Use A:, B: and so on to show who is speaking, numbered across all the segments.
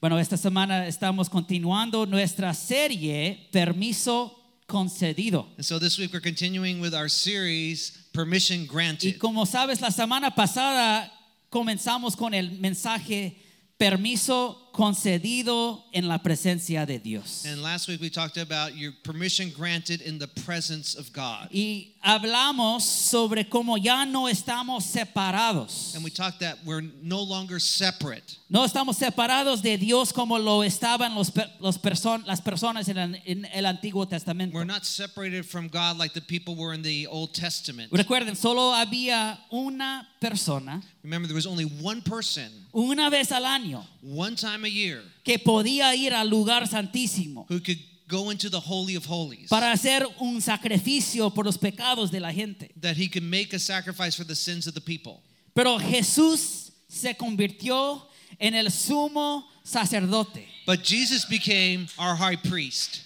A: Bueno, esta semana estamos continuando nuestra serie Permiso concedido.
B: And so this week we're continuing with our series, Permission
A: Y
B: Granted.
A: como sabes, la semana pasada comenzamos con el mensaje Permiso concedido en la presencia de Dios.
B: And last week we talked about your permission granted in the presence of God.
A: Y hablamos sobre cómo ya no estamos separados.
B: And we talked that we're no longer separate.
A: No estamos separados de Dios como lo estaban los, per- los person- las personas en el, en el Antiguo Testamento.
B: We're not separated from God like the people were in the Old Testament.
A: Recuerden, solo había una persona,
B: Remember, there was only one person,
A: una vez al año,
B: one time a year,
A: que podía ir al lugar santísimo
B: who could go into the Holy of Holies.
A: para hacer un sacrificio por los pecados de la gente.
B: That he could make a sacrifice for the sins of the people.
A: Pero Jesús se convirtió en el sumo sacerdote
B: But Jesus became our high priest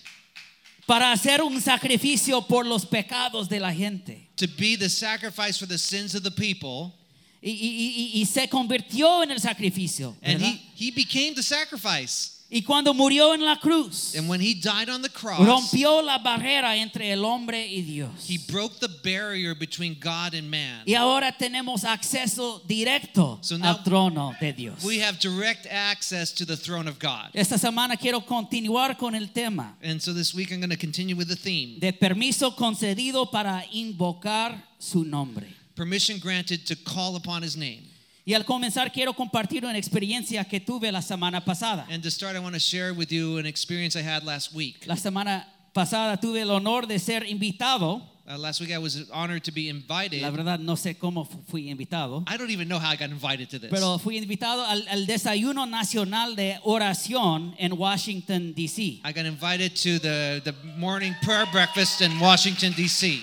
A: para hacer un sacrificio por los pecados de la gente.
B: to be the sacrifice for the sins of the people.
A: Y, y- y- y se convirtió en el sacrificio.
B: And
A: ¿verdad?
B: he, he became the sacrifice.
A: Y cuando murió en la cruz,
B: And when he died on the cross,
A: rompió la barrera entre el hombre y Dios.
B: he broke the barrier between God and man.
A: Y ahora tenemos acceso directo
B: So now-
A: al trono de Dios.
B: We have direct access to the throne of God.
A: Esta semana quiero continuar con el tema
B: And so this week I'm going to continue with the theme
A: de permiso concedido para invocar su nombre.
B: permission granted to call upon his name.
A: Y al comenzar quiero compartir una experiencia que tuve la semana pasada.
B: And to start, I want to share with you an experience I had last week.
A: La semana pasada tuve el honor de ser invitado.
B: Uh, last week I was honored to be invited.
A: La verdad no sé cómo fu- fui invitado.
B: I don't even know how I got invited to this.
A: Pero fui invitado al, al desayuno nacional de oración en Washington, D.C.
B: I got invited to the, the morning prayer breakfast in Washington, D.C.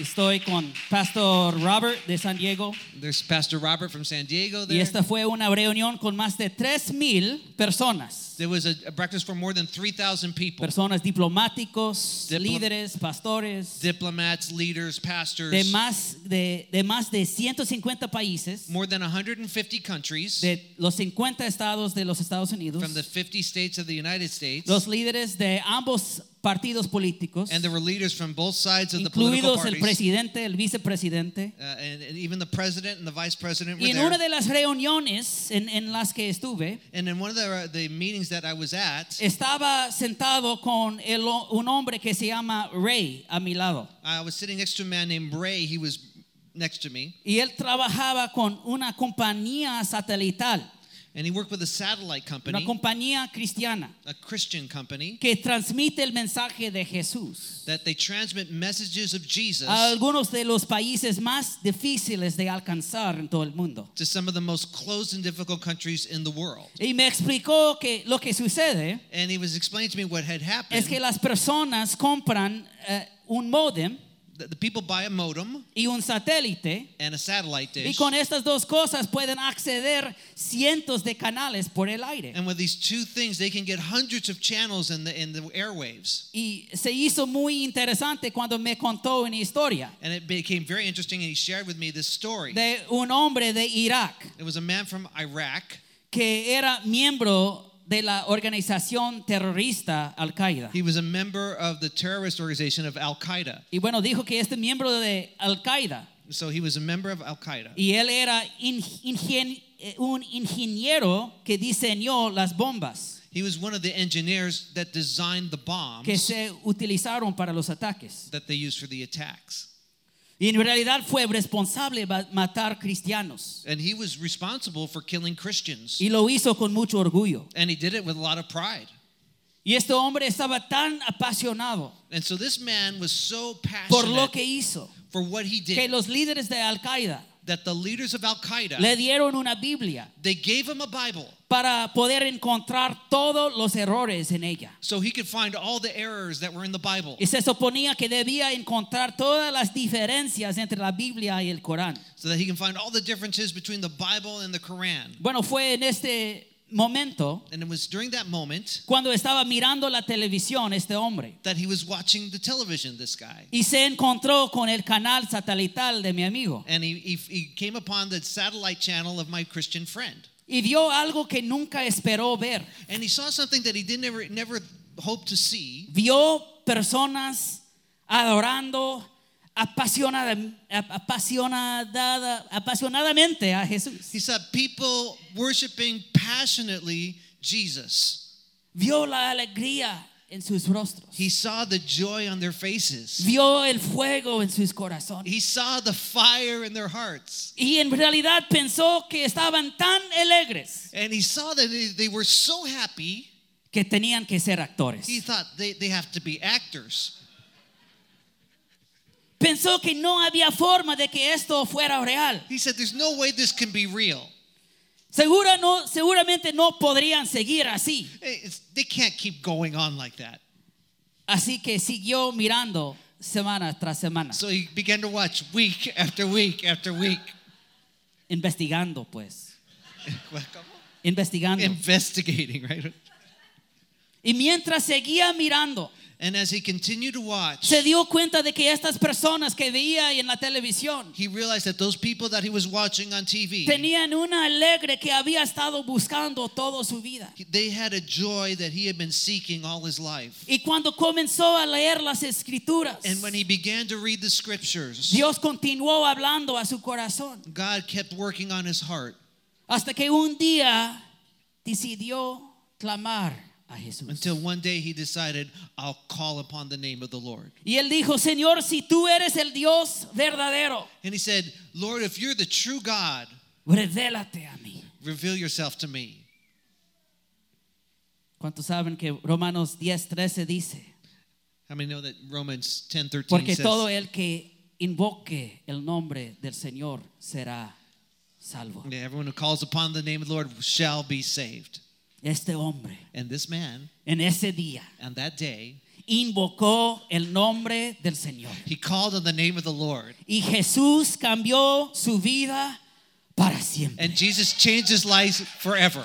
A: Estoy con Pastor Robert de San Diego.
B: There's Pastor Robert from San Diego
A: Y
B: there.
A: esta fue una reunión con más de 3.000 personas.
B: There was a, a breakfast for more than 3,000 people
A: Personas diplomáticos,
B: Diplo-
A: líderes, pastores
B: diplomats, leaders, pastors,
A: de más de, de más de 150 países,
B: more than 150 countries
A: de los 50 estados de los Estados Unidos,
B: from the 50 states of the United States.
A: los líderes de ambos partidos políticos,
B: and there were leaders from both sides of the political
A: incluidos el
B: parties.
A: presidente, el vicepresidente.
B: uh, and, and even the president and the vice president were
A: Y en
B: there.
A: una de las reuniones en, en las que estuve,
B: and in one of the, uh, the meetings that I was at,
A: estaba sentado con el ho- un hombre que se llama Ray a mi lado.
B: I was sitting next to a man named Ray. He was next to me.
A: Y él trabajaba con una compañía satelital,
B: And he worked with a satellite company,
A: una compañía cristiana,
B: a Christian company,
A: que transmite el mensaje de Jesús
B: that they transmit messages of Jesus
A: a algunos de los países más difíciles de alcanzar en todo el mundo.
B: to some of the most closed and difficult countries in the world.
A: Y me explicó que lo que sucede
B: And he was explaining to me what had happened.
A: es que las personas compran eh, un modem
B: the, the people buy a modem
A: y un satélite
B: and a satellite
A: y
B: dish.
A: con estas dos cosas pueden acceder cientos de canales por el aire.
B: and with these two things, they can get hundreds of channels in the, in the airwaves.
A: Y se hizo muy interesante cuando me contó una historia.
B: And it became very interesting. And he shared with me this story.
A: de un hombre de Irak
B: it was a man from Iraq.
A: que era miembro de la organización terrorista Al Qaeda.
B: He was a member of the terrorist organization of Al Qaeda.
A: Y bueno, dijo que este miembro de Al Qaeda
B: So he was a member of Al Qaeda.
A: y él era ing- ingen- eh, un ingeniero que diseñó las bombas
B: He was one of the engineers that designed the bombs
A: que se utilizaron para los ataques.
B: that they used for the attacks.
A: Y en realidad fue responsable de matar cristianos.
B: And he was responsible for killing Christians.
A: Y lo hizo con mucho orgullo.
B: And he did it with a lot of pride.
A: Y este hombre estaba tan apasionado
B: And so this man was so passionate
A: por lo que hizo
B: for what he
A: que
B: did
A: los líderes de Al Qaeda
B: that the leaders of Al Qaeda
A: le dieron una Biblia
B: they gave him a Bible
A: para poder encontrar todos los errores en ella.
B: so he could find all the errors that were in the Bible.
A: Y se suponía que debía encontrar todas las diferencias entre la Biblia y el Corán.
B: So that he can find all the differences between the Bible and the Quran.
A: Bueno, fue en este momento
B: And it was during that moment
A: cuando estaba mirando la televisión este hombre
B: that he was watching the television, this guy.
A: y se encontró con el canal satelital de mi amigo.
B: And he, he, he came upon the satellite channel of my Christian friend.
A: y vio algo que nunca esperó ver.
B: And he saw something that he didn't ever, never hope to see.
A: Vio personas adorando apasionada, apasionada, apasionadamente a Jesús.
B: He saw people worshiping passionately Jesus.
A: Vio la alegría en sus rostros.
B: He saw the joy on their faces.
A: Vio el fuego en sus corazones.
B: He saw the fire in their hearts.
A: Y en realidad pensó que estaban tan alegres
B: And he saw that they, they were so happy,
A: que tenían que ser actores.
B: he thought they, they have to be actors.
A: Pensó que no había forma de que esto fuera real.
B: He said, There's no way this can be real.
A: Segura no, seguramente no podrían seguir así.
B: It's- they can't keep going on like that.
A: Así que siguió mirando semana tras semana,
B: So he began to watch week after week after week.
A: investigando pues,
B: Well,
A: investigando.
B: Em. Investigating, right?
A: Y mientras seguía mirando,
B: And as he continued to watch,
A: se dio cuenta de que estas personas que veía en la televisión
B: he realized that those people that he was watching on TV,
A: tenían una alegre que había estado buscando toda su vida.
B: they had a joy that he had been seeking all his life.
A: Y cuando comenzó a leer las escrituras,
B: And when he began to read the scriptures,
A: Dios continuó hablando a su corazón
B: God kept working on his heart
A: hasta que un día decidió clamar a Jesús.
B: until one day he decided, I'll call upon the name of the Lord.
A: Y él dijo, Señor, si tú eres el Dios verdadero,
B: And he said, Lord, if you're the true God,
A: revélate a mí.
B: reveal yourself to me.
A: ¿Cuántos saben que Romanos 10, 13 dice?
B: How many know that Romans 10 13
A: Porque
B: says,
A: todo el que invoque el nombre del Señor será salvo.
B: "Yeah, Everyone who calls upon the name of the Lord shall be saved.
A: Este hombre,
B: And this man,
A: en ese día,
B: on that day,
A: invocó el nombre del Señor.
B: he called on the name of the Lord.
A: Y Jesús cambió su vida para siempre.
B: And Jesus changed his life forever.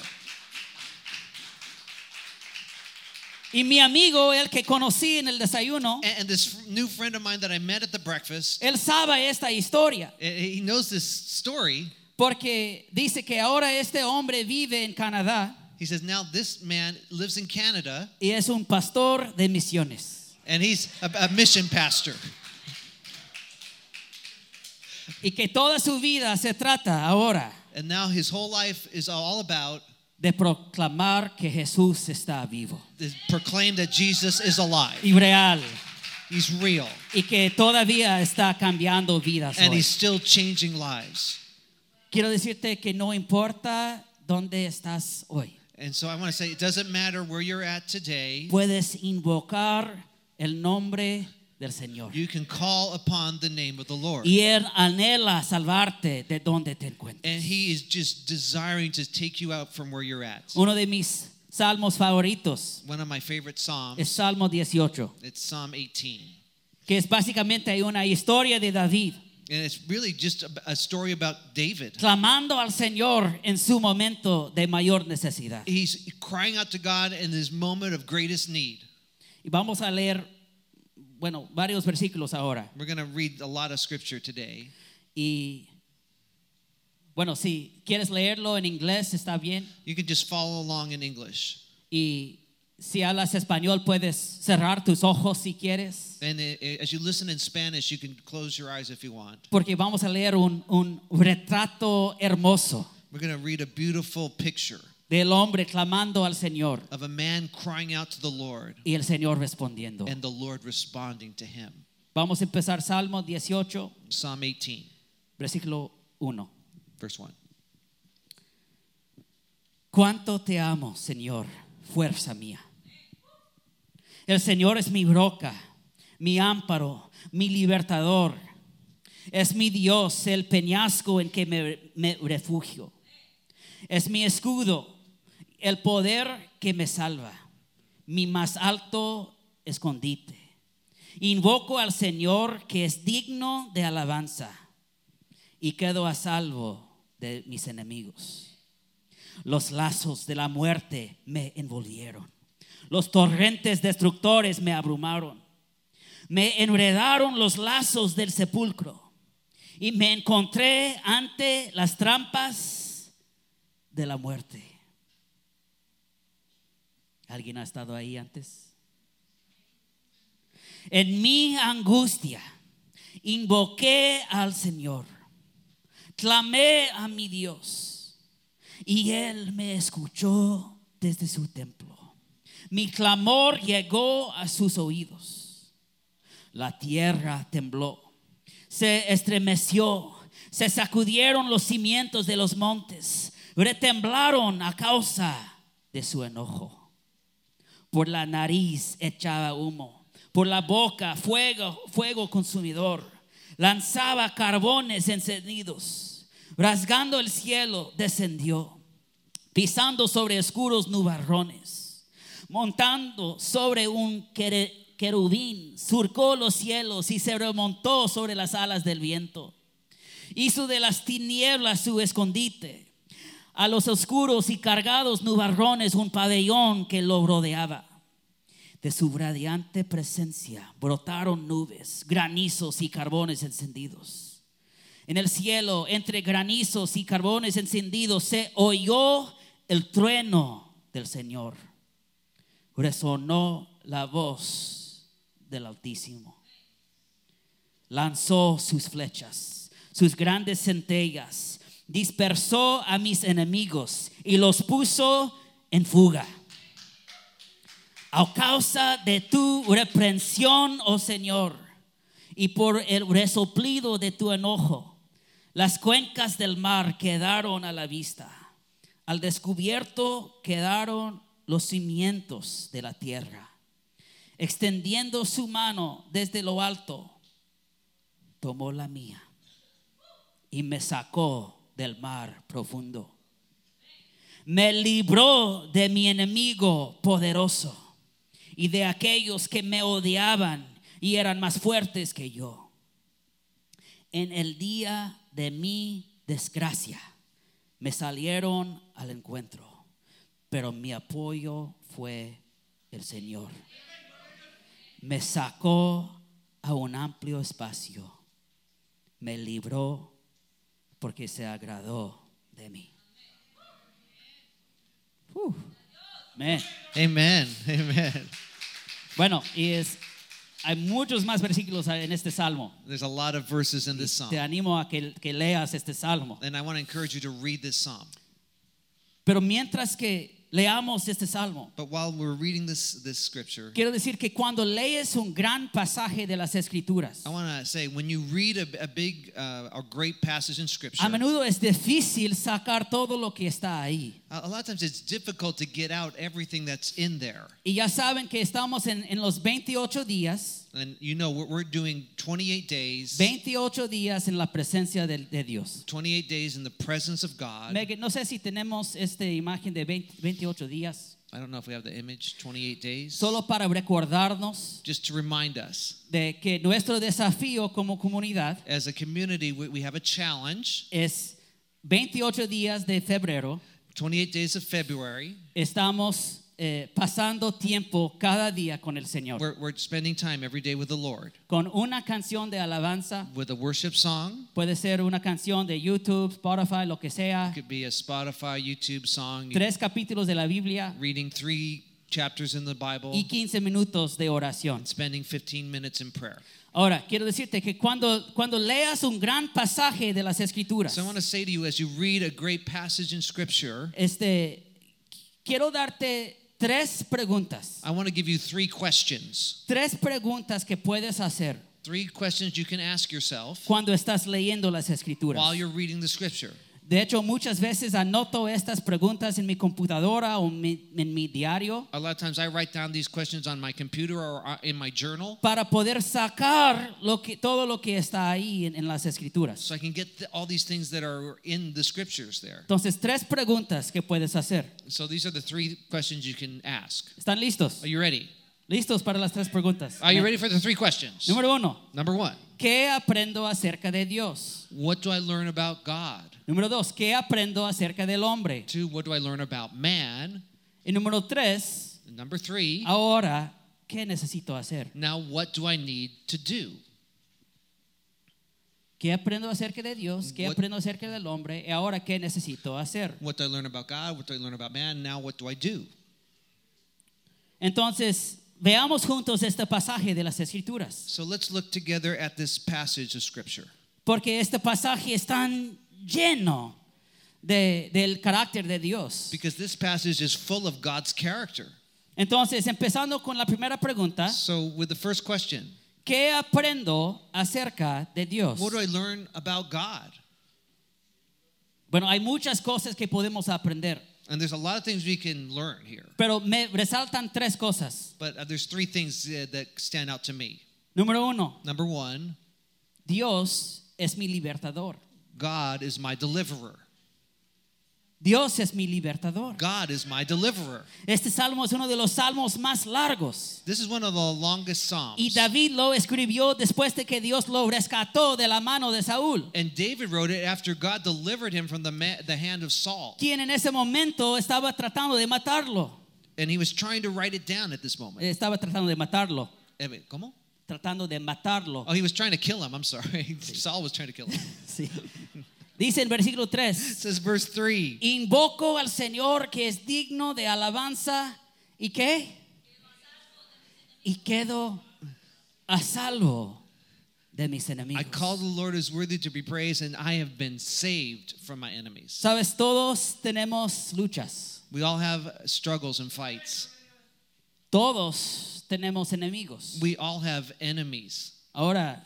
A: Y mi amigo, el que conocí en el desayuno,
B: And and this new friend of mine that I met at the breakfast,
A: él sabe esta historia
B: eh, he knows this story.
A: porque dice que ahora este hombre vive en Canadá
B: He says, Now this man lives in Canada
A: y es un pastor de misiones
B: and he's a, a mission pastor.
A: y que toda su vida se trata ahora
B: And now his whole life is all about
A: de proclamar que Jesús está vivo
B: this proclaim that Jesus is alive,
A: y real
B: he's real,
A: y que todavía está cambiando vidas.
B: and
A: hoy.
B: he's still changing lives.
A: Quiero decirte que no importa dónde estás hoy.
B: And so I want to say it doesn't matter where you're at today,
A: puedes invocar el nombre del Señor.
B: you can call upon the name of the Lord.
A: Y Él anhela salvarte de donde te encuentres.
B: And he is just desiring to take you out from where you're at.
A: Uno de mis salmos favoritos
B: One of my favorite psalms,
A: es Salmo 18,
B: it's Psalm 18.
A: que es básicamente hay una historia de David
B: And it's really just a, a story about David.
A: clamando al Señor en su momento de mayor necesidad.
B: He's crying out to God in this moment of greatest need.
A: Y vamos a leer, bueno, varios versículos ahora.
B: We're going to read a lot of scripture today.
A: Y bueno, si quieres leerlo en inglés está bien.
B: You can just follow along in English.
A: Y si hablas español, puedes cerrar tus ojos si quieres,
B: And i- i- as you listen in Spanish, you can close your eyes if you want.
A: porque vamos a leer un, un retrato hermoso
B: We're going to read a beautiful picture
A: del hombre clamando al Señor
B: of a man crying out to the Lord
A: y el Señor respondiendo.
B: and the Lord responding to him.
A: Vamos a empezar Salmo 18,
B: Psalm 18,
A: versículo 1.
B: verse 1.
A: Cuánto te amo, Señor, fuerza mía. El Señor es mi roca, mi amparo, mi libertador. Es mi Dios, el peñasco en que me, me refugio. Es mi escudo, el poder que me salva, mi más alto escondite. Invoco al Señor que es digno de alabanza y quedo a salvo de mis enemigos. Los lazos de la muerte me envolvieron. Los torrentes destructores me abrumaron. Me enredaron los lazos del sepulcro. Y me encontré ante las trampas de la muerte. ¿Alguien ha estado ahí antes? En mi angustia invoqué al Señor, clamé a mi Dios y Él me escuchó desde su templo. Mi clamor llegó a sus oídos. La tierra tembló, se estremeció, se sacudieron los cimientos de los montes, retemblaron a causa de su enojo. Por la nariz echaba humo, por la boca fuego, fuego consumidor, lanzaba carbones encendidos, rasgando el cielo descendió, pisando sobre oscuros nubarrones, montando sobre un quere- querubín, surcó los cielos y se remontó sobre las alas del viento hizo de las tinieblas su escondite, a los oscuros y cargados nubarrones un pabellón que lo rodeaba. De su radiante presencia brotaron nubes, granizos y carbones encendidos. En el cielo, entre granizos y carbones encendidos, se oyó el trueno del Señor. Resonó la voz del Altísimo lanzó sus flechas, sus grandes centellas, dispersó a mis enemigos y los puso en fuga. A causa de tu reprensión, oh Señor, y por el resoplido de tu enojo, las cuencas del mar quedaron a la vista. Al descubierto quedaron los cimientos de la tierra. Extendiendo su mano desde lo alto, tomó la mía y me sacó del mar profundo. Me libró de mi enemigo poderoso y de aquellos que me odiaban y eran más fuertes que yo. En el día de mi desgracia me salieron al encuentro, pero mi apoyo fue el Señor. Me sacó a un amplio espacio me libró porque se agradó de mí. Uf, amén.
B: Amen. Amen.
A: Bueno, y es, hay muchos más versículos en este salmo.
B: There's a lot of verses in this
A: Te
B: psalm.
A: animo a que, que leas este salmo.
B: And I want to encourage you to read this psalm.
A: Pero mientras que leamos este salmo,
B: But while we're reading this, this scripture,
A: quiero decir que cuando lees un gran pasaje de las escrituras,
B: I want to say when you read a, a big, uh, a great passage in scripture,
A: a menudo es difícil sacar todo lo que está ahí.
B: a a lot of times it's difficult to get out everything that's in there.
A: Y ya saben que estamos en, en los 28 días,
B: And you know, we're, we're doing 28 days,
A: 28 días en la presencia de- de Dios.
B: 28 days in the presence of God.
A: Megan, no sé si tenemos esta imagen de 20 28 días,
B: I don't know if we have the image, 28 days.
A: solo para recordarnos
B: just to remind us,
A: de que nuestro desafío como comunidad
B: as a community, we, we have a challenge.
A: es 28 días de febrero,
B: 28 days of February,
A: estamos eh, pasando tiempo cada día con el Señor,
B: we're, we're spending time every day with the Lord
A: con una canción de alabanza,
B: with a worship song.
A: puede ser una canción de YouTube, Spotify, lo que sea,
B: It could be a Spotify, YouTube song,
A: tres capítulos de la Biblia
B: reading three chapters in the Bible,
A: y 15 minutos de oración.
B: and spending 15 minutes in prayer.
A: Ahora, quiero decirte que cuando, cuando leas un gran pasaje de las escrituras,
B: So I want to say to you, as you read a great passage in Scripture,
A: Este, quiero darte tres preguntas.
B: I want to give you three questions.
A: Tres preguntas que puedes hacer
B: Three questions you can ask yourself
A: cuando estás leyendo las
B: while
A: escrituras.
B: you're reading the Scripture.
A: De hecho, muchas veces anoto estas preguntas en mi computadora o en mi, en mi diario
B: A lot of times I write down these questions on my computer or uh, in my journal.
A: para poder sacar lo que, todo lo que está ahí en, en las escrituras.
B: so I can get th- all these things that are in the scriptures there.
A: Entonces, tres preguntas que puedes hacer.
B: So these are the three questions you can ask.
A: ¿Están listos?
B: Are you ready?
A: ¿Listos para las tres preguntas?
B: Are you ready for the three questions?
A: Número uno,
B: Number one,
A: ¿qué aprendo acerca de Dios?
B: what do I learn about God?
A: Número dos, ¿qué aprendo acerca del hombre?
B: Two, what do I learn about man?
A: Y número tres,
B: And number three,
A: Uh, Ahora, ¿qué necesito hacer?
B: now what do I need to do?
A: ¿Qué aprendo acerca de Dios? ¿Qué
B: What-
A: aprendo acerca del hombre? ¿Y ahora qué necesito hacer?
B: What do I learn about God? What do I learn about man? Now what do I do?
A: Entonces, veamos juntos este pasaje de las Escrituras,
B: So let's look together at this passage of Scripture.
A: porque este pasaje es tan lleno de- del carácter de Dios.
B: Because this passage is full of God's character.
A: Entonces, empezando con la primera pregunta,
B: So, with the first question,
A: ¿qué aprendo acerca de Dios?
B: what do I learn about God?
A: Bueno, hay muchas cosas que podemos aprender,
B: And there's a lot of things we can learn here.
A: pero me resaltan tres cosas.
B: But uh, there's three things uh, that stand out to me.
A: Número uno,
B: Number one,
A: Dios es mi libertador.
B: God is my deliverer.
A: Dios es mi libertador.
B: God is my deliverer.
A: Este salmo es uno de los salmos más largos.
B: This is one of the longest Psalms.
A: Y David lo escribió después de que Dios lo rescató de la mano de Saúl,
B: And David wrote it after God delivered him from the, ma- the hand of Saul.
A: quien en ese momento estaba tratando de matarlo.
B: And he was trying to write it down at this moment.
A: Estaba tratando de matarlo.
B: Eh, wait, ¿Cómo?
A: Tratando de matarlo.
B: Oh, he was trying to kill him. I'm sorry. Saul was trying to kill him.
A: Sí. Dice en versículo 3.
B: It says, verse 3
A: Invoco al Señor que es digno de alabanza y qué? Y quedo a salvo de mis
B: I
A: enemigos.
B: call the Lord is worthy to be praised, and I have been saved from my enemies.
A: Sabes, todos tenemos luchas,
B: We all have struggles and fights,
A: todos tenemos enemigos.
B: we all have enemies.
A: Ahora,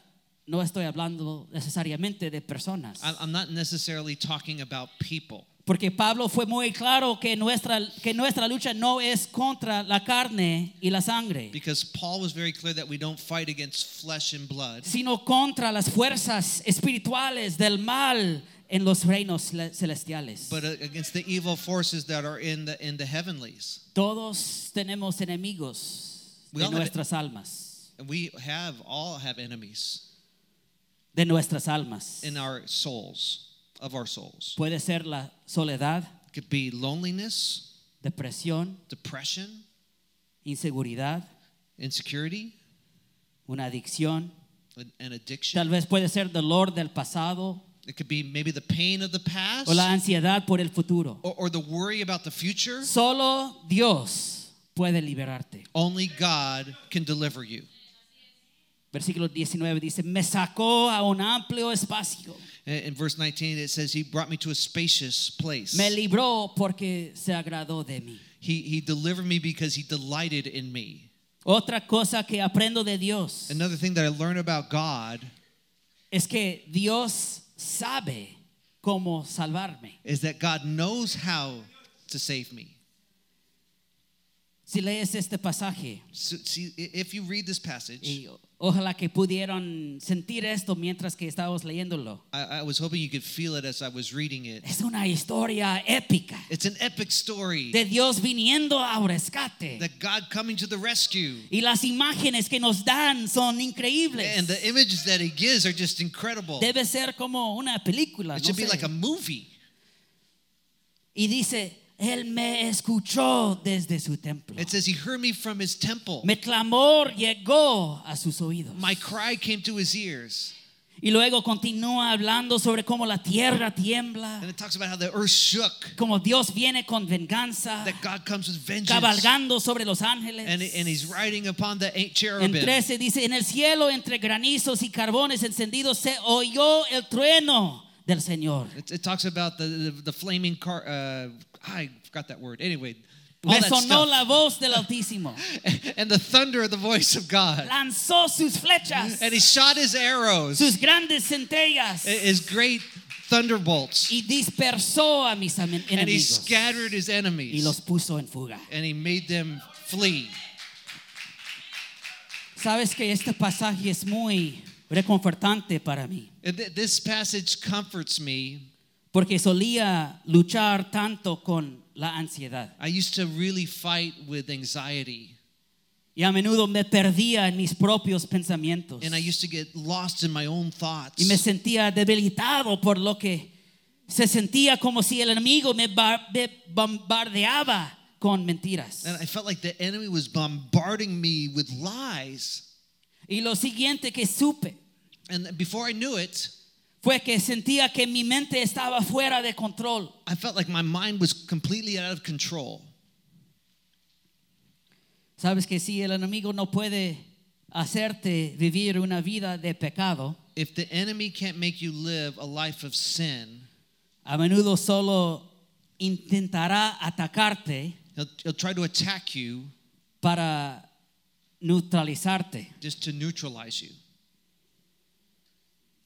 A: no estoy hablando necesariamente de personas,
B: I- I'm not necessarily talking about people.
A: porque Pablo fue muy claro que nuestra, que nuestra lucha no es contra la carne y la sangre.
B: Because Paul was very clear that we don't fight against flesh and blood,
A: sino contra las fuerzas espirituales del mal en los reinos cele- celestiales.
B: but uh, against the evil forces that are in the, in the heavenlies.
A: Todos tenemos enemigos
B: We
A: de
B: all have-
A: nuestras almas,
B: And we have, all have enemies
A: de nuestras almas.
B: in our souls, of our souls.
A: Puede ser la soledad,
B: It could be loneliness,
A: depresión,
B: depression,
A: inseguridad,
B: insecurity,
A: una adicción.
B: an an addiction.
A: Tal vez puede ser dolor del pasado
B: It could be maybe the pain of the past
A: o la ansiedad por el futuro.
B: or, or the worry about the future.
A: Solo Dios puede liberarte.
B: Only God can deliver you.
A: Versículo 19 dice, me sacó a un amplio espacio.
B: In in verse 19, it says, He brought me to a spacious place.
A: Me libró porque se agradó de mí.
B: He, he delivered me because He delighted in me.
A: Otra cosa que aprendo de Dios
B: Another thing that I learned about God
A: es que Dios sabe cómo salvarme.
B: is that God knows how to save me.
A: Si lees este pasaje,
B: So, see, i- if you read this passage,
A: y ojalá que pudieran sentir esto mientras que estábamos leyéndolo.
B: I, I was hoping you could feel it as I was reading it.
A: Es una historia épica
B: It's an epic story
A: de Dios viniendo a rescate.
B: that God coming to the rescue.
A: Y las imágenes que nos dan son
B: And the
A: increíbles.
B: images that he gives are just incredible.
A: Debe ser como una película.
B: It
A: no
B: should be
A: sé.
B: like a movie.
A: Y dice, Él me escuchó desde su templo.
B: It says, He heard me from his temple.
A: Mi clamor llegó a sus oídos.
B: My cry came to his ears.
A: Y luego continúa hablando sobre cómo la tierra tiembla,
B: And it talks about how the earth shook,
A: cómo Dios viene con venganza,
B: that God comes with vengeance.
A: cabalgando sobre los ángeles.
B: And, and he's riding upon the eight
A: en
B: cherubim.
A: 13 dice, en el cielo entre granizos y carbones encendidos se oyó el trueno del Señor.
B: It, it talks about the, the, the flaming car. Uh, I forgot that word. Anyway, all
A: Le
B: that
A: sonó
B: stuff.
A: la voz del Altísimo.
B: and the thunder of the voice of God.
A: Lanzó sus flechas,
B: And he Eh, shot his arrows,
A: sus grandes centellas
B: his great thunderbolts.
A: y dispersó a mis amen-
B: eh. And he
A: enemigos
B: scattered his
A: y
B: enemies.
A: los puso en fuga.
B: and he made them flee.
A: Sabes que este pasaje es muy reconfortante para mí,
B: And th- this passage comforts me.
A: porque solía luchar tanto con la ansiedad
B: I used to really fight with anxiety,
A: y a menudo me perdía en mis propios pensamientos
B: and I used to get lost in my own
A: y me
B: thoughts.
A: sentía debilitado por lo que se sentía como si el enemigo me, ba- me bombardeaba con mentiras.
B: And I felt like the enemy was bombarding me with lies.
A: Y lo siguiente que supe
B: And before I knew it,
A: fue que sentía que mi mente estaba fuera de control.
B: I felt like my mind was completely out of control.
A: Sabes que si el enemigo no puede hacerte vivir una vida de pecado,
B: If the enemy can't make you live a life of sin,
A: a menudo solo intentará atacarte
B: he'll, he'll try to attack you
A: para neutralizarte.
B: just to neutralize you.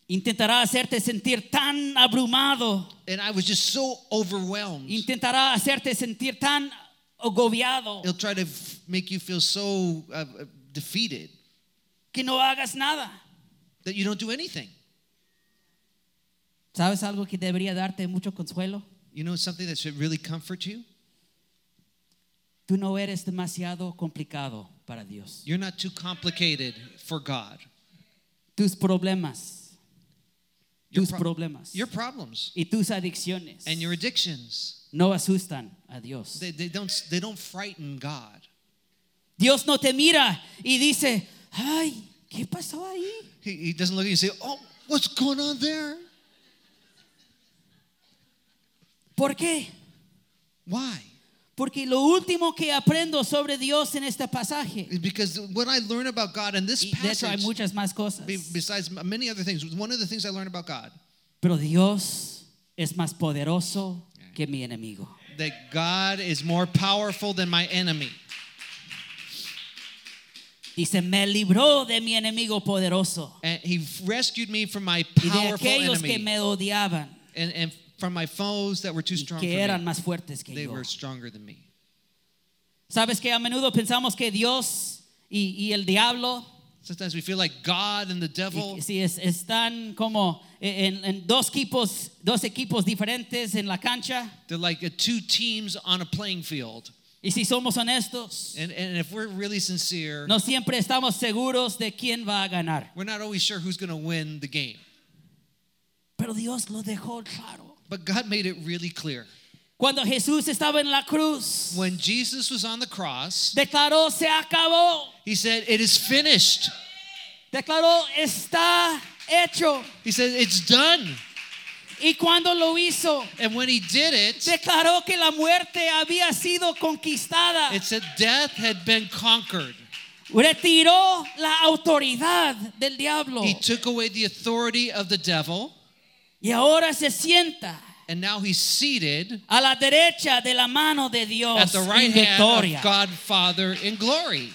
A: Intentará hacerte sentir tan abrumado.
B: And I was just so overwhelmed.
A: Intentará hacerte sentir tan agobiado
B: He'll try to f- make you feel so uh, uh, defeated
A: que no hagas nada.
B: that you don't do anything.
A: ¿Sabes algo que debería darte mucho consuelo?
B: You know something that should really comfort you?
A: Tú no eres demasiado complicado para Dios.
B: You're not too complicated for God.
A: Tus problemas,
B: Your
A: tus
B: pro-
A: problemas
B: Your problems
A: y tus adicciones
B: and your addictions,
A: no asustan a Dios.
B: they, they, don't, they don't frighten God.
A: Dios no te mira y dice, ay, ¿qué pasó ahí?
B: He, he doesn't look at you and say, Oh, what's going on there?
A: ¿Por qué?
B: Why?
A: Porque lo último que aprendo sobre Dios en este pasaje,
B: Because what I learn about God in this
A: y de hecho hay
B: passage,
A: muchas más cosas,
B: be- besides many other things, one of the things I learned about God,
A: pero Dios es más poderoso que mi enemigo.
B: that God is more powerful than my enemy.
A: Dice, me libró de mi enemigo poderoso
B: And he rescued me from my
A: y de
B: powerful
A: aquellos
B: enemy
A: que me odiaban
B: and, and from my foes that were too
A: y
B: strong for
A: que eran
B: me.
A: más fuertes que
B: They
A: yo.
B: were stronger than me.
A: Sabes que a menudo pensamos que Dios y, y el diablo
B: Sometimes we feel like God and the devil,
A: y- Eh, sí, es- están como en, en dos, equipos, dos equipos diferentes en la cancha.
B: they're like uh, two teams on a playing field.
A: Y si somos honestos,
B: And, and if we're really sincere,
A: no siempre estamos seguros de quién va a ganar.
B: we're not always sure who's going to win the game.
A: Pero Dios lo dejó claro.
B: But God made it really clear.
A: Cuando Jesús estaba en la cruz,
B: When Jesus was on the cross,
A: declaró, se acabó.
B: he said, It is finished.
A: Declaró, está hecho.
B: He said, It's done.
A: Y cuando lo hizo,
B: And when he did it,
A: declaró que la muerte había sido conquistada.
B: it said death had been conquered.
A: Retiró la autoridad del diablo.
B: He took away the authority of the devil,
A: Y ahora se sienta
B: and now he's seated
A: a la derecha de la mano de Dios
B: at the right
A: en
B: hand
A: victoria.
B: of God Father in glory.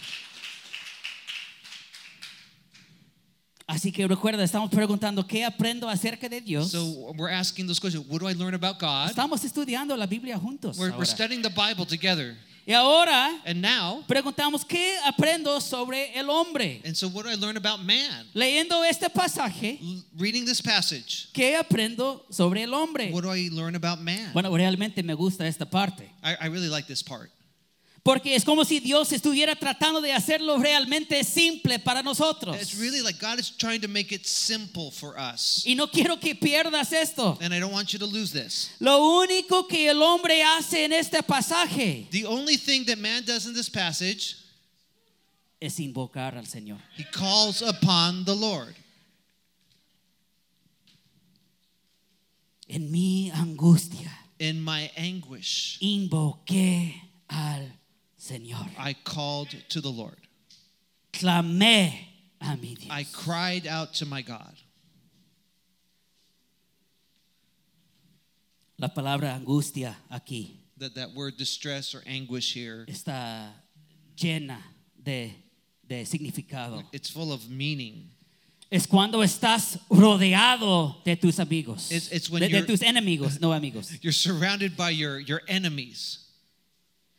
A: Así que recuerda, estamos preguntando qué aprendo acerca de Dios.
B: So we're asking those questions. What do I learn about God?
A: estamos estudiando la Biblia juntos.
B: We're, we're
A: ahora.
B: studying the Bible together.
A: Y ahora
B: And now,
A: preguntamos qué aprendo sobre el hombre.
B: and so what do I learn about man?
A: Leyendo este pasaje,
B: L- reading this passage,
A: ¿qué aprendo sobre el hombre?
B: what do I learn about man?
A: Bueno, realmente me gusta esta parte.
B: I, I really like this part.
A: Porque es como si Dios estuviera tratando de hacerlo realmente simple para nosotros.
B: It's really like God is trying to make it simple for us.
A: Y no quiero que pierdas esto.
B: And I don't want you to lose this.
A: Lo único que el hombre hace en este pasaje
B: The only thing that man does in this passage,
A: es invocar al Señor.
B: he calls upon the Lord.
A: En mi angustia
B: In my anguish,
A: invoqué al Señor.
B: I called to the Lord.
A: Clamé a mi Dios.
B: I cried out to my God.
A: La palabra angustia aquí
B: That that word distress or anguish here,
A: está llena de, de significado.
B: it's full of meaning.
A: Es cuando estás rodeado de tus amigos.
B: It's- it's when
A: de, de
B: you're-
A: tus enemigos, no amigos.
B: You're surrounded by your, your enemies.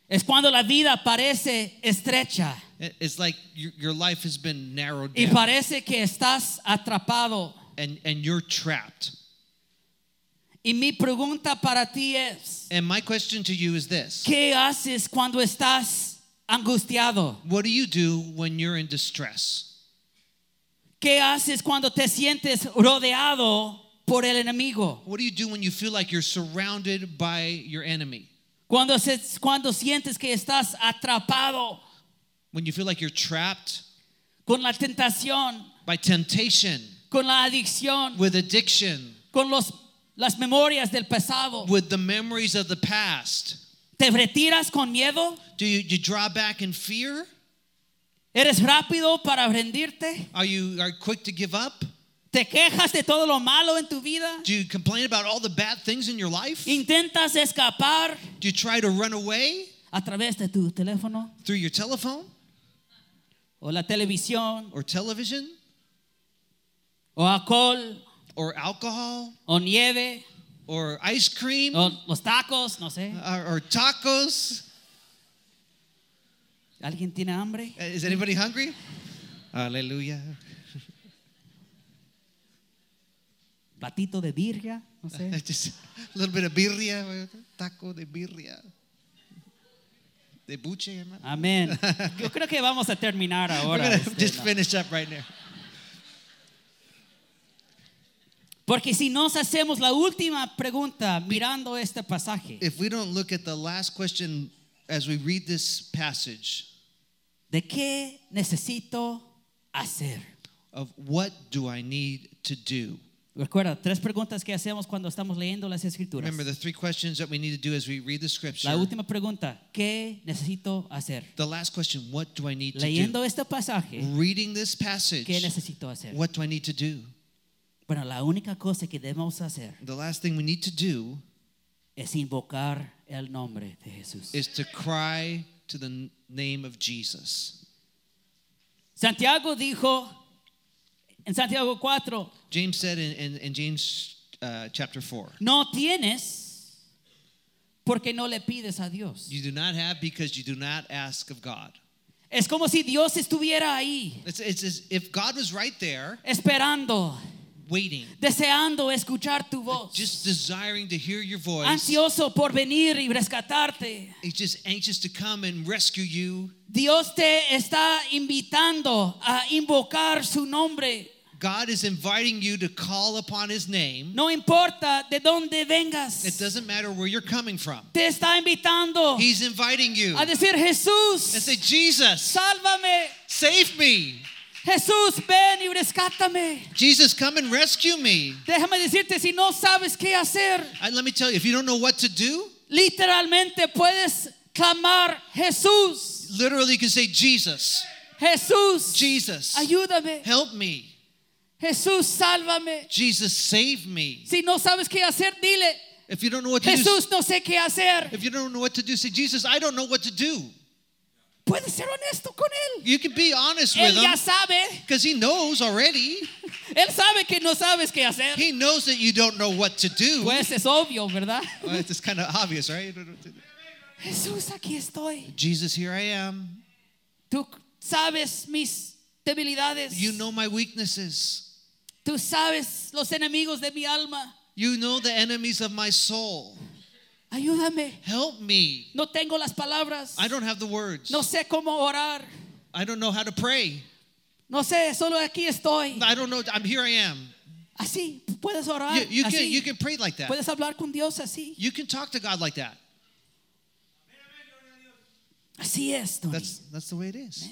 A: Es cuando la vida parece estrecha
B: It- It's like your, your life has been narrowed
A: y
B: down
A: parece que estás atrapado.
B: and, and you're trapped.
A: Y mi pregunta para ti es,
B: And my question to you is this
A: ¿qué haces cuando estás angustiado?
B: What do you do when you're in distress?
A: ¿Qué haces cuando te sientes rodeado por el enemigo?
B: What do you do when you feel like you're surrounded by your enemy?
A: Cuando, se- cuando sientes que estás atrapado
B: When you feel like you're trapped
A: con la tentación,
B: by temptation,
A: con la adicción,
B: with addiction,
A: con los, las memorias del pasado.
B: with the memories of the past?
A: ¿Te retiras con miedo?
B: Do you, you draw back in fear?
A: ¿Eres rápido para rendirte?
B: Are you are you quick to give up?
A: ¿Te quejas de todo lo malo en tu vida?
B: Do you complain about all the bad things in your life? Do
A: ¿Intentas escapar
B: you try to run away
A: a través de tu teléfono
B: through your telephone
A: o la televisión
B: or television
A: o alcohol
B: or alcohol
A: o nieve
B: or ice cream
A: o los tacos? No sé.
B: or, or tacos?
A: ¿Alguien tiene hambre?
B: Uh, Is anybody hungry? Hallelujah.
A: ¿Platito de birria? No sé.
B: Just a little bit of birria, taco de birria. De buche, hermano.
A: Amén. Yo creo que vamos a terminar
B: We're
A: ahora.
B: gonna
A: este,
B: just
A: ¿no?
B: finish up right now.
A: Porque si nos hacemos la última pregunta mirando este pasaje,
B: If we don't look at the last question as we read this passage
A: ¿de qué necesito hacer?
B: of what do I need to do?
A: Recuerda, tres preguntas que hacemos cuando estamos leyendo las escrituras.
B: Remember the three questions that we need to do as we read the scripture.
A: La última pregunta, ¿qué necesito hacer?
B: The last question, what do I need to do?
A: Leyendo este pasaje,
B: Reading this
A: ¿qué
B: passage,
A: necesito hacer?
B: what do I need to do?
A: Bueno, la única cosa que debemos hacer
B: The last thing we need to do
A: es invocar el nombre de Jesús.
B: is to cry to the n- name of Jesus.
A: Santiago dijo en Santiago 4,
B: James said in, in, in James uh, chapter 4,
A: no tienes porque no le pides a Dios.
B: you do not have because you do not ask of God.
A: Es como si Dios estuviera ahí,
B: It's, it's as if God was right there
A: esperando,
B: waiting,
A: deseando escuchar tu voz,
B: just desiring to hear your voice.
A: ansioso por venir y rescatarte.
B: He's just anxious to come and rescue you.
A: Dios te está invitando a invocar su nombre.
B: God is inviting you to call upon his name.
A: No importa de dónde
B: It
A: vengas.
B: doesn't matter where you're coming from.
A: Te está invitando
B: He's inviting you
A: a
B: and
A: decir Jesús,
B: say, Jesus,
A: sálvame.
B: save me.
A: Jesús, ven y rescátame.
B: Jesus, come and rescue me.
A: Déjame decirte, si no sabes qué hacer,
B: I, let me tell you, if you don't know what to do,
A: literalmente puedes clamar, Jesús,
B: literally you can say, Jesus,
A: Jesús,
B: Jesus,
A: ayúdame.
B: help me.
A: Jesús, sálvame.
B: Jesus, save me.
A: Si no sabes qué hacer, dile,
B: If you don't know what to do,
A: Jesús, no sé qué hacer.
B: if you don't know what to do, say, Jesus, I don't know what to do.
A: Puedes ser honesto con él.
B: You can be honest
A: Él
B: with
A: ya
B: him
A: sabe,
B: because he knows already.
A: él sabe que no sabes qué hacer.
B: He knows that you don't know what to do.
A: Pues es obvio, ¿verdad?
B: Well, it's kind of obvious, right? You don't know what to do.
A: Jesús, aquí estoy.
B: Jesus, here I am.
A: Tú sabes mis debilidades.
B: You know my weaknesses.
A: Tú sabes los enemigos de mi alma.
B: You know the enemies of my soul.
A: Ayúdame.
B: Help me.
A: No tengo las palabras.
B: I don't have the words.
A: No sé cómo orar.
B: I don't know how to pray.
A: No sé, solo aquí estoy.
B: I don't know. I'm here. I am.
A: Así puedes orar.
B: You, you can
A: así.
B: you can pray like that.
A: Puedes hablar con Dios así.
B: You can talk to God like that.
A: Así es, Tony.
B: That's that's the way it is.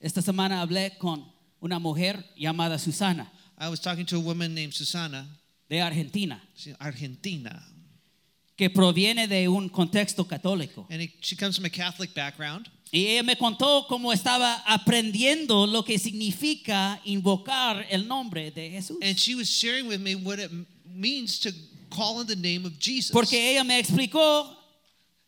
A: Esta semana hablé con una mujer llamada Susana
B: I was talking to a woman named Susana,
A: de Argentina.
B: she's Argentina,
A: que proviene de un contexto católico.
B: and it, she comes from a Catholic background.
A: Y ella me contó cómo estaba aprendiendo lo que significa invocar el nombre de Jesús.
B: And she was sharing with me what it m- means to call on the name of Jesus.
A: Porque ella me explicó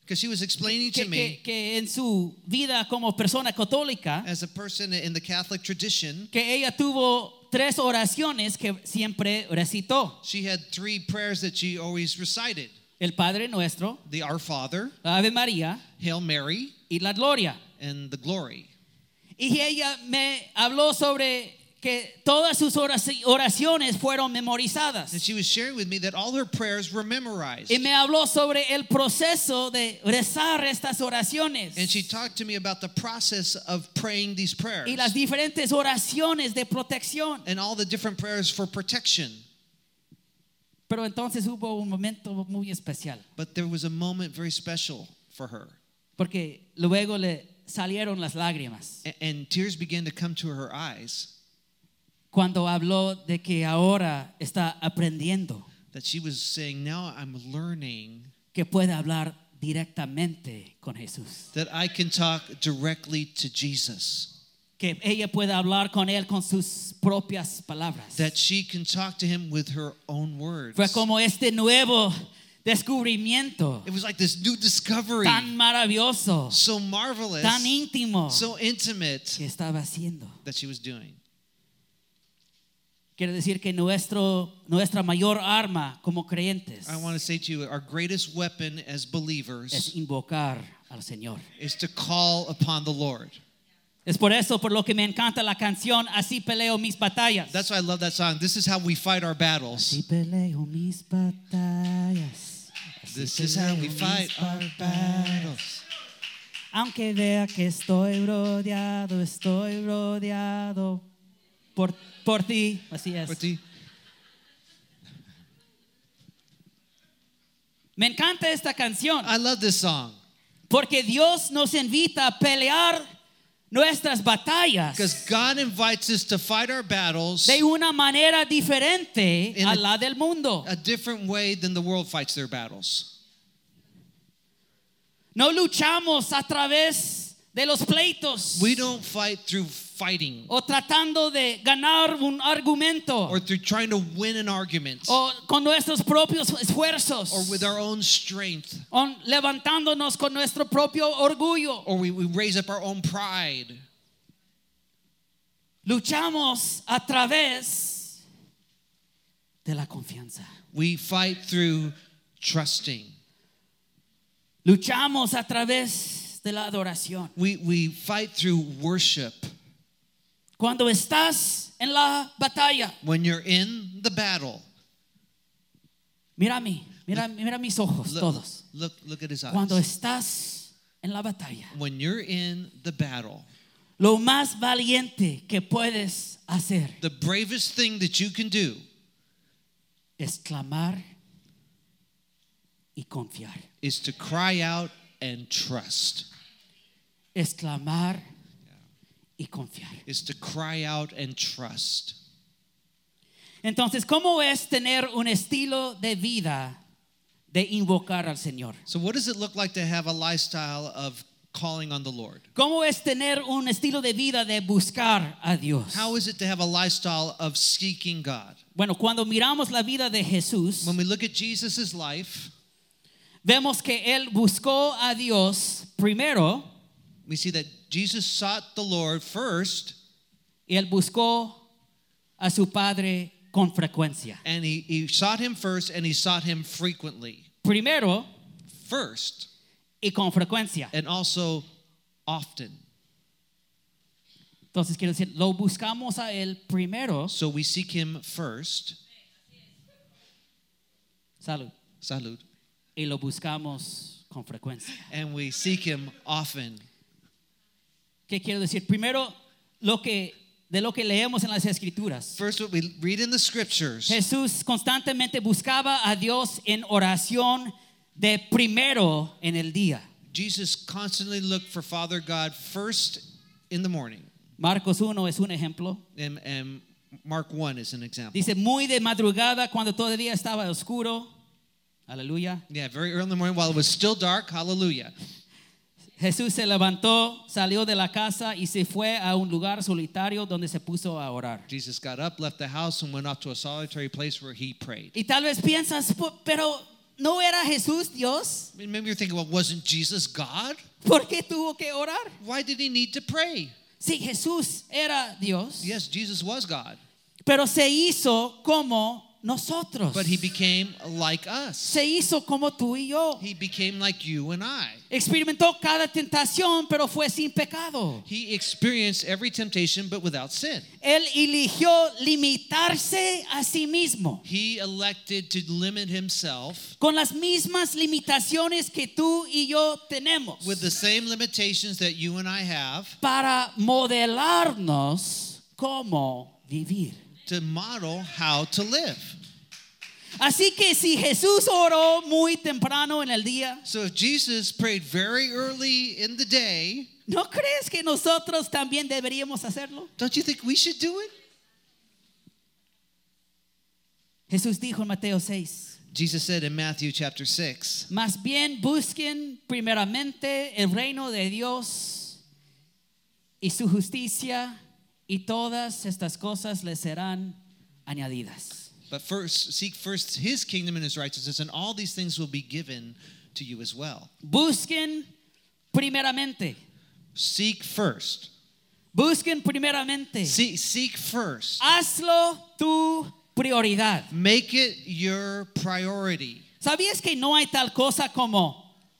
B: Because she was explaining
A: que,
B: to me,
A: que- que en su vida como persona católica,
B: as a person in the Catholic tradition,
A: que ella tuvo tres oraciones que siempre recitó.
B: she had three prayers that she always recited
A: El Padre Nuestro,
B: the Our Father,
A: la Ave María
B: Hail Mary,
A: y la Gloria.
B: and the Glory.
A: Y ella me habló sobre que todas sus oraci- oraciones fueron memorizadas.
B: And she was sharing with me that all her prayers were memorized.
A: Y me habló sobre el proceso de rezar estas oraciones
B: And she talked to me about the process of praying these prayers
A: y las diferentes oraciones de protección.
B: and all the different prayers for protection.
A: Pero entonces hubo un momento muy especial,
B: But there was a moment very special for her.
A: porque luego le salieron las lágrimas.
B: A- And tears began to come to her eyes.
A: cuando habló de que ahora está aprendiendo,
B: that she was saying, Now I'm learning
A: que puede hablar directamente con Jesús,
B: that I can talk directly to Jesus,
A: que ella puede hablar con él con sus propias palabras.
B: that she can talk to him with her own words.
A: Fue como este nuevo descubrimiento
B: It was like this new discovery,
A: tan maravilloso,
B: so marvelous,
A: tan íntimo
B: so intimate
A: que estaba haciendo.
B: that she was doing.
A: Quiere decir que nuestro, nuestra mayor arma como creyentes
B: I want to say to you, our greatest weapon as
A: es
B: believers
A: invocar al Señor.
B: is to call upon the Lord.
A: Es por eso por lo que me encanta la canción Así peleo mis batallas.
B: That's why I love that song. This is how we fight our
A: Así
B: battles.
A: peleo mis batallas. Así
B: This is how
A: peleo
B: we
A: mis
B: fight our
A: batallas.
B: battles.
A: Aunque vea que estoy rodeado, estoy rodeado por, por ti. Así es.
B: But the-
A: Me encanta esta canción
B: I love this song
A: porque Dios nos invita a pelear nuestras
B: because
A: batallas
B: God invites us to fight our battles
A: de una manera diferente
B: In
A: a
B: a-
A: la del mundo.
B: a different way than the world fights their battles.
A: No luchamos a través de los pleitos
B: We don't fight through fighting
A: o tratando de ganar un argumento
B: or through trying to win an argument
A: o con nuestros propios
B: or
A: esfuerzos
B: with our own strength
A: o levantándonos con nuestro propio orgullo.
B: or we, we raise up our own pride.
A: Luchamos a través de la confianza.
B: We fight through trusting.
A: Luchamos a través de la adoración.
B: We, we fight through worship.
A: Cuando estás en la batalla,
B: When you're in the battle,
A: mira a mí, mira, mira mis ojos
B: look,
A: todos.
B: look, look at his
A: Cuando
B: eyes.
A: estás en la batalla,
B: When you're in the battle,
A: lo más valiente que puedes hacer
B: the bravest thing that you can do
A: es clamar y confiar.
B: is to cry out and trust.
A: Es clamar y confiar.
B: Is to cry out and trust.
A: Entonces, ¿cómo es tener un estilo de vida de invocar al Señor?
B: So, what does it look like to have a lifestyle of calling on the Lord?
A: ¿Cómo es tener un estilo de vida de buscar a Dios?
B: How is it to have a lifestyle of seeking God?
A: Bueno, cuando miramos la vida de Jesús,
B: When we look at Jesus' life,
A: vemos que él buscó a Dios primero
B: we see that Jesus sought the Lord first
A: y él buscó a su Padre con frecuencia.
B: and he, he sought him first and he sought him frequently
A: Primero
B: first
A: y con frecuencia.
B: and also often
A: Entonces quiero decir, lo buscamos a él primero.
B: so we seek him first
A: Salud.
B: salud
A: Y lo buscamos con frecuencia.
B: and we seek him often
A: ¿Qué quiero decir? Primero, lo que, de lo que leemos en las escrituras.
B: first what we read in the scriptures
A: Jesús constantemente buscaba a Dios en oración de primero en el día.
B: jesus constantly looked for father god first in the morning
A: Marcos 1 es un ejemplo.
B: and, and mark 1 is an example
A: Dice, muy de madrugada cuando todavía estaba oscuro. Aleluya.
B: yeah very early in the morning while it was still dark hallelujah
A: Jesús se levantó, salió de la casa y se fue a un lugar solitario donde se puso a orar.
B: jesus got up left the house and went off to a solitary place where he prayed
A: Y tal vez piensas, "Po- pero ¿no era Jesús Dios?
B: I mean, maybe you're thinking well wasn't jesus god
A: ¿Por qué tuvo que orar?
B: why did he need to pray
A: Sí, Jesús era Dios,
B: Yes, Jesus was God,
A: pero se hizo como nosotros.
B: but he became like us.
A: Se hizo como tú y yo.
B: He became like you and I.
A: Experimentó cada tentación, pero fue sin pecado.
B: He experienced every temptation but without sin.
A: Él eligió limitarse a sí mismo
B: He elected to limit himself
A: con las mismas limitaciones que tú y yo tenemos
B: with the same limitations that you and I have
A: para modelarnos cómo vivir.
B: to model how to live.
A: Así que si Jesús oró muy temprano en el día,
B: So if Jesus prayed very early in the day,
A: ¿no crees que nosotros también deberíamos hacerlo?
B: don't you think we should do it?
A: Jesús dijo en Mateo 6,
B: Jesus said in Matthew chapter 6,
A: más bien busquen primeramente el reino de Dios y su justicia y todas estas cosas les serán añadidas.
B: But first, seek first his kingdom and his righteousness, and all these things will be given to you as well.
A: Busquen primeramente,
B: Seek first.
A: busquen primeramente.
B: See, seek first.
A: Hazlo tu prioridad.
B: Make it your priority.
A: ¿Sabías que no hay tal cosa como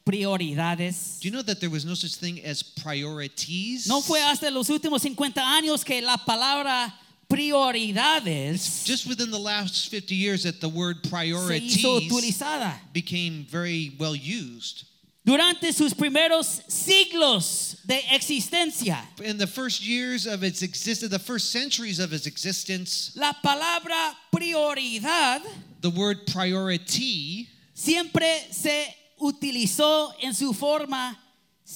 A: prioridades?
B: Do you know that there was no such thing as priorities?
A: No fue hasta los últimos 50 años que la palabra prioridades
B: Just within the last 50 years that the word
A: se hizo
B: priorities
A: utilizada.
B: became very well used.
A: Durante sus primeros siglos de existencia,
B: In the first years of its existence, the first centuries of its existence,
A: la palabra prioridad
B: the word priority
A: siempre se utilizó en su forma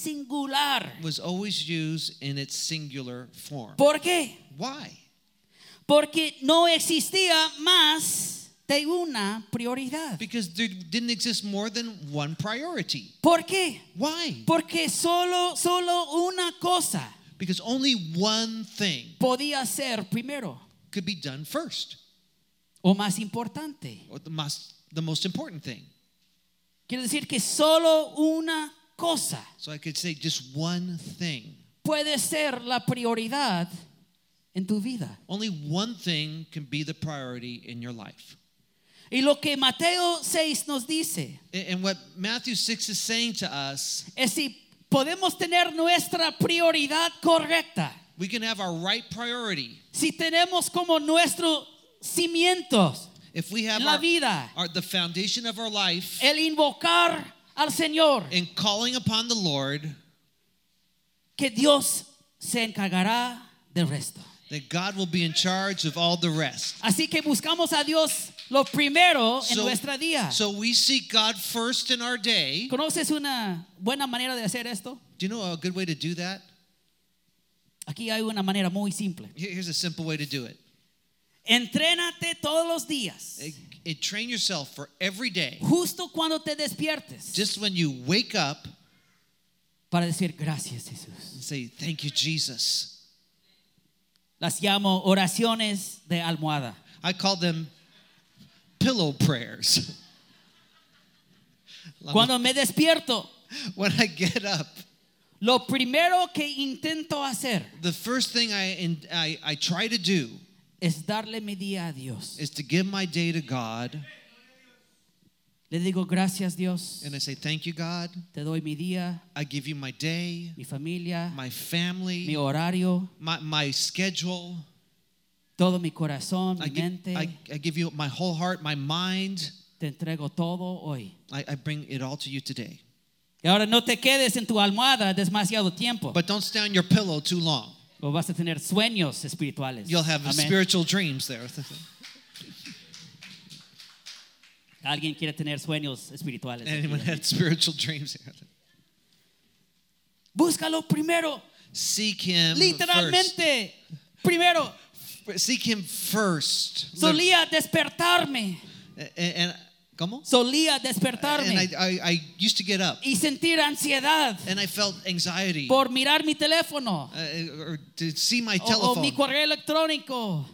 A: singular.
B: was always used in its singular form.
A: ¿Por qué?
B: Why?
A: Porque no existía más de una prioridad.
B: Because there didn't exist more than one priority.
A: ¿Por qué?
B: Why?
A: Porque solo, solo una cosa
B: Because only one thing
A: podía ser primero
B: could be done first,
A: o más importante.
B: or the most, the most important thing.
A: Quiere decir que solo una cosa
B: So I could say just one thing.
A: puede ser la prioridad en tu vida.
B: Only one thing can be the priority in your life.
A: Y lo que Mateo 6 nos dice
B: A- And what Matthew 6 is saying to us,
A: es si podemos tener nuestra prioridad correcta,
B: we can have our right priority
A: si tenemos como nuestros cimientos
B: if we have
A: la
B: our-
A: vida,
B: our- the foundation of our life
A: el invocar al Señor,
B: and calling upon the Lord,
A: que Dios se encargará del resto.
B: that God will be in charge of all the rest.
A: Así que buscamos a Dios lo primero en nuestra día.
B: so we seek God first in our day.
A: ¿Conoces una buena manera de hacer esto?
B: Do you know a good way to do that?
A: Aquí hay una manera muy simple.
B: Here- Here's a simple way to do it.
A: Entrénate todos los días.
B: Eh, eh, train yourself for every day,
A: Justo cuando te despiertes
B: just when you wake up
A: para decir gracias Jesús.
B: and say, Thank you, Jesus.
A: Las llamo oraciones de almohada.
B: I call them pillow prayers.
A: Cuando me despierto,
B: When I get up,
A: lo primero que intento hacer
B: the first thing I, in, I, I try to do
A: es darle mi día a Dios.
B: is to give my day to God
A: Le digo gracias Dios.
B: and I say, Thank you, God.
A: Te doy mi día,
B: I give you my day,
A: mi familia,
B: my
A: mi
B: family,
A: horario,
B: my, my schedule.
A: todo mi corazón,
B: I
A: mi
B: give,
A: mente.
B: I, I give you my whole heart, my mind.
A: Te entrego todo hoy.
B: I, I bring it all to you today.
A: Y ahora no te quedes en tu almohada demasiado tiempo.
B: But don't stay on your pillow too long.
A: o vas a tener sueños espirituales.
B: You'll have
A: Amén.
B: spiritual dreams there.
A: Alguien quiere tener sueños espirituales.
B: Anyone had spiritual dreams there?
A: Búscalo primero.
B: Seek him
A: Literalmente. Primero.
B: first. Seek him first.
A: Solía despertarme.
B: and, and ¿cómo?
A: Solía
B: And I,
A: despertarme.
B: I, I used to get up
A: Y sentir ansiedad
B: and I felt anxiety
A: por mirar mi teléfono.
B: uh, or to see my
A: O, o mi
B: telephone
A: correo electrónico.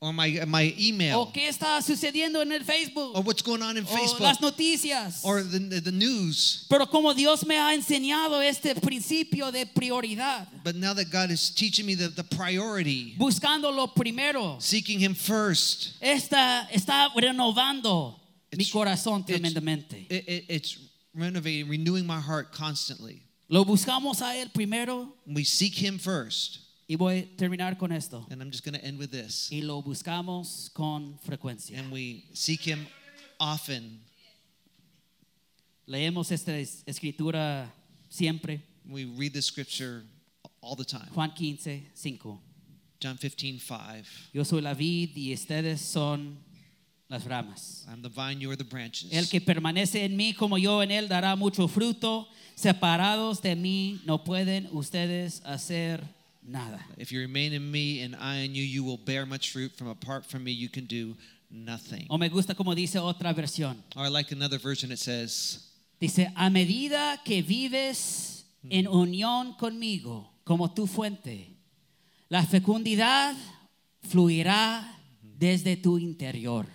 B: or, my my email
A: O qué está sucediendo en el
B: or
A: Facebook.
B: what's going on in
A: O las
B: Oh, Facebook
A: noticias.
B: or the, the news.
A: Pero como Dios me ha enseñado este principio de prioridad,
B: But now that God is teaching me the, the priority,
A: buscando lo primero,
B: seeking him first.
A: esta está renovando mi
B: It's-
A: corazón
B: it's-
A: tremendamente.
B: It, it, it's renovating, renewing my heart constantly.
A: Lo buscamos a Él primero
B: We seek Him first,
A: y voy a terminar con esto.
B: and I'm just going to end with this.
A: Y lo buscamos con frecuencia.
B: And we seek Him often.
A: Leemos esta es- escritura siempre,
B: We read the scripture all the time.
A: Juan 15, 5.
B: John 15, 5.
A: Yo soy la vid y ustedes son las ramas.
B: I'm the vine, you are the
A: El
B: branches.
A: que permanece en mí como yo en él dará mucho fruto. Separados de mí no pueden ustedes hacer nada.
B: If you remain in me and I in you, you will bear much fruit. From apart from me, you can do nothing.
A: O me gusta como dice otra versión.
B: Or I like another version, it says,
A: Dice, a medida que vives en unión conmigo como tu fuente, la fecundidad fluirá desde tu interior.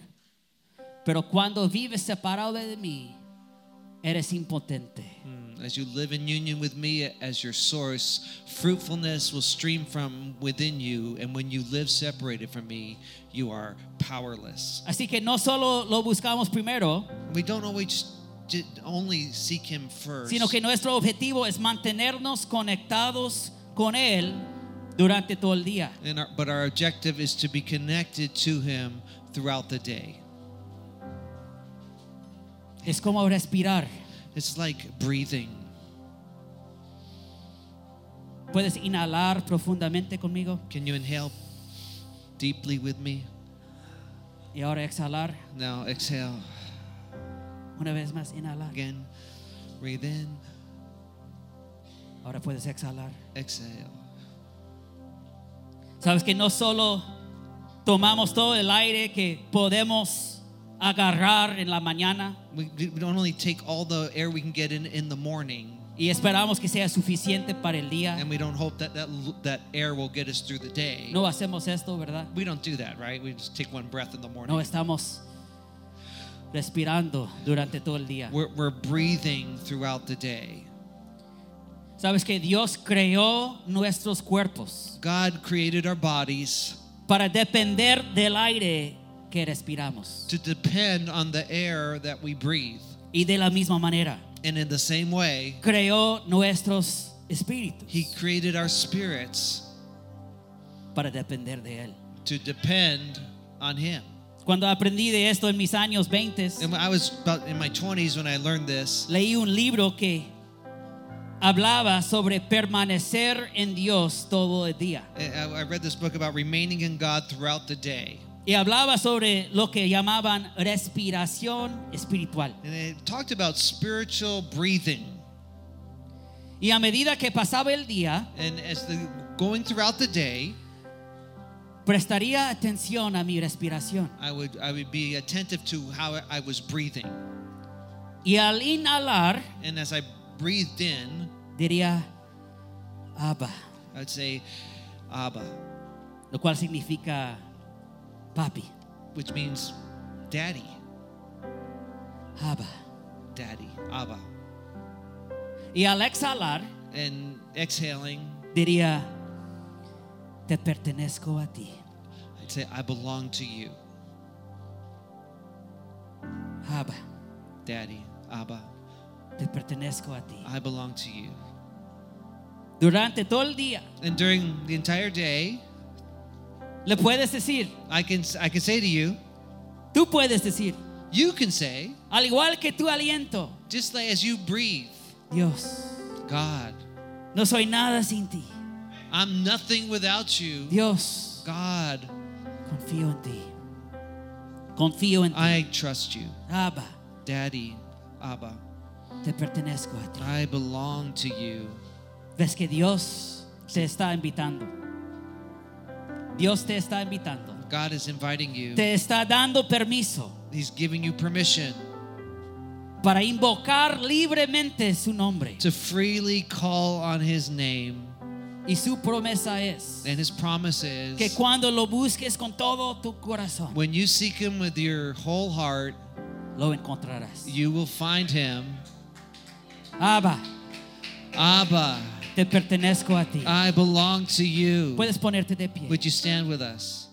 A: Pero cuando vives separado de mí, eres impotente.
B: mm, as you live in union with me as your source, fruitfulness will stream from within you. And when you live separated from me, you are powerless.
A: Así que no solo lo buscamos primero,
B: We don't always j- only seek him first,
A: sino que nuestro objetivo es mantenernos conectados con Él durante todo el día.
B: and our, but our objective is to be connected to him throughout the day.
A: Es como respirar.
B: It's like breathing.
A: ¿Puedes inhalar profundamente conmigo?
B: Can you inhale deeply with me?
A: Y ahora exhalar.
B: Now exhale
A: Una vez más, inhalar.
B: again. Breathe in,
A: Ahora puedes exhalar.
B: exhale.
A: Sabes que no solo tomamos todo el aire que podemos agarrar en la mañana
B: We, we don't only take all the air we can get in in the morning,
A: y esperamos que sea suficiente para el día.
B: and we don't hope that that, l- that air will get us through the day.
A: No hacemos esto, ¿verdad?
B: We don't do that, right? We just take one breath in the morning.
A: No estamos respirando durante todo el día.
B: We're, we're breathing throughout the day.
A: Sabes que Dios creó nuestros cuerpos
B: God created our bodies
A: para depender del aire que respiramos.
B: to depend on the air that we breathe.
A: Y de la misma manera,
B: And in the same way,
A: creó nuestros espíritus
B: He created our spirits
A: para depender de Él.
B: to depend on Him.
A: Cuando aprendí de esto en mis años 20,
B: And when I was about in my 20s when I learned this.
A: leí un libro que hablaba sobre permanecer en Dios todo el día.
B: I- I I read this book about remaining in God throughout the day.
A: Y hablaba sobre lo que llamaban respiración espiritual.
B: And it talked about spiritual breathing.
A: Y a medida que pasaba el día,
B: And as the going throughout the day,
A: prestaría atención a mi respiración.
B: I would I would be attentive to how I was breathing.
A: Y al inhalar,
B: And as I breathed in,
A: diría, Abba,
B: I'd say Abba,
A: lo cual significa papi,
B: which means daddy,
A: Abba.
B: daddy, Abba.
A: Y al exhalar,
B: And exhaling,
A: diría, te pertenezco a ti,
B: I'd say I belong to you,
A: Abba,
B: daddy, Abba.
A: te pertenezco a ti.
B: I belong to you.
A: Durante todo el día,
B: And during the entire day,
A: le puedes decir,
B: I can I can say to you,
A: tú puedes decir,
B: you can say,
A: al igual que tu aliento,
B: just like as you breathe,
A: Dios,
B: God,
A: no soy nada sin ti.
B: I'm nothing without you.
A: Dios,
B: God,
A: confío en ti. Confío en ti.
B: I trust you.
A: Abba,
B: Daddy, Abba,
A: te pertenezco a ti.
B: I belong to you.
A: Ves que Dios te está invitando. Dios te está invitando.
B: God is inviting you.
A: Te está dando permiso.
B: He's giving you permission
A: para invocar libremente su nombre.
B: to freely call on his name.
A: Y su promesa es
B: And his promise
A: que
B: is
A: cuando lo busques con todo tu corazón,
B: when you seek him with your whole heart,
A: lo encontrarás.
B: you will find him.
A: Abba,
B: Abba,
A: te pertenezco a ti.
B: I belong to you.
A: Puedes ponerte de pie.
B: Would you stand with us?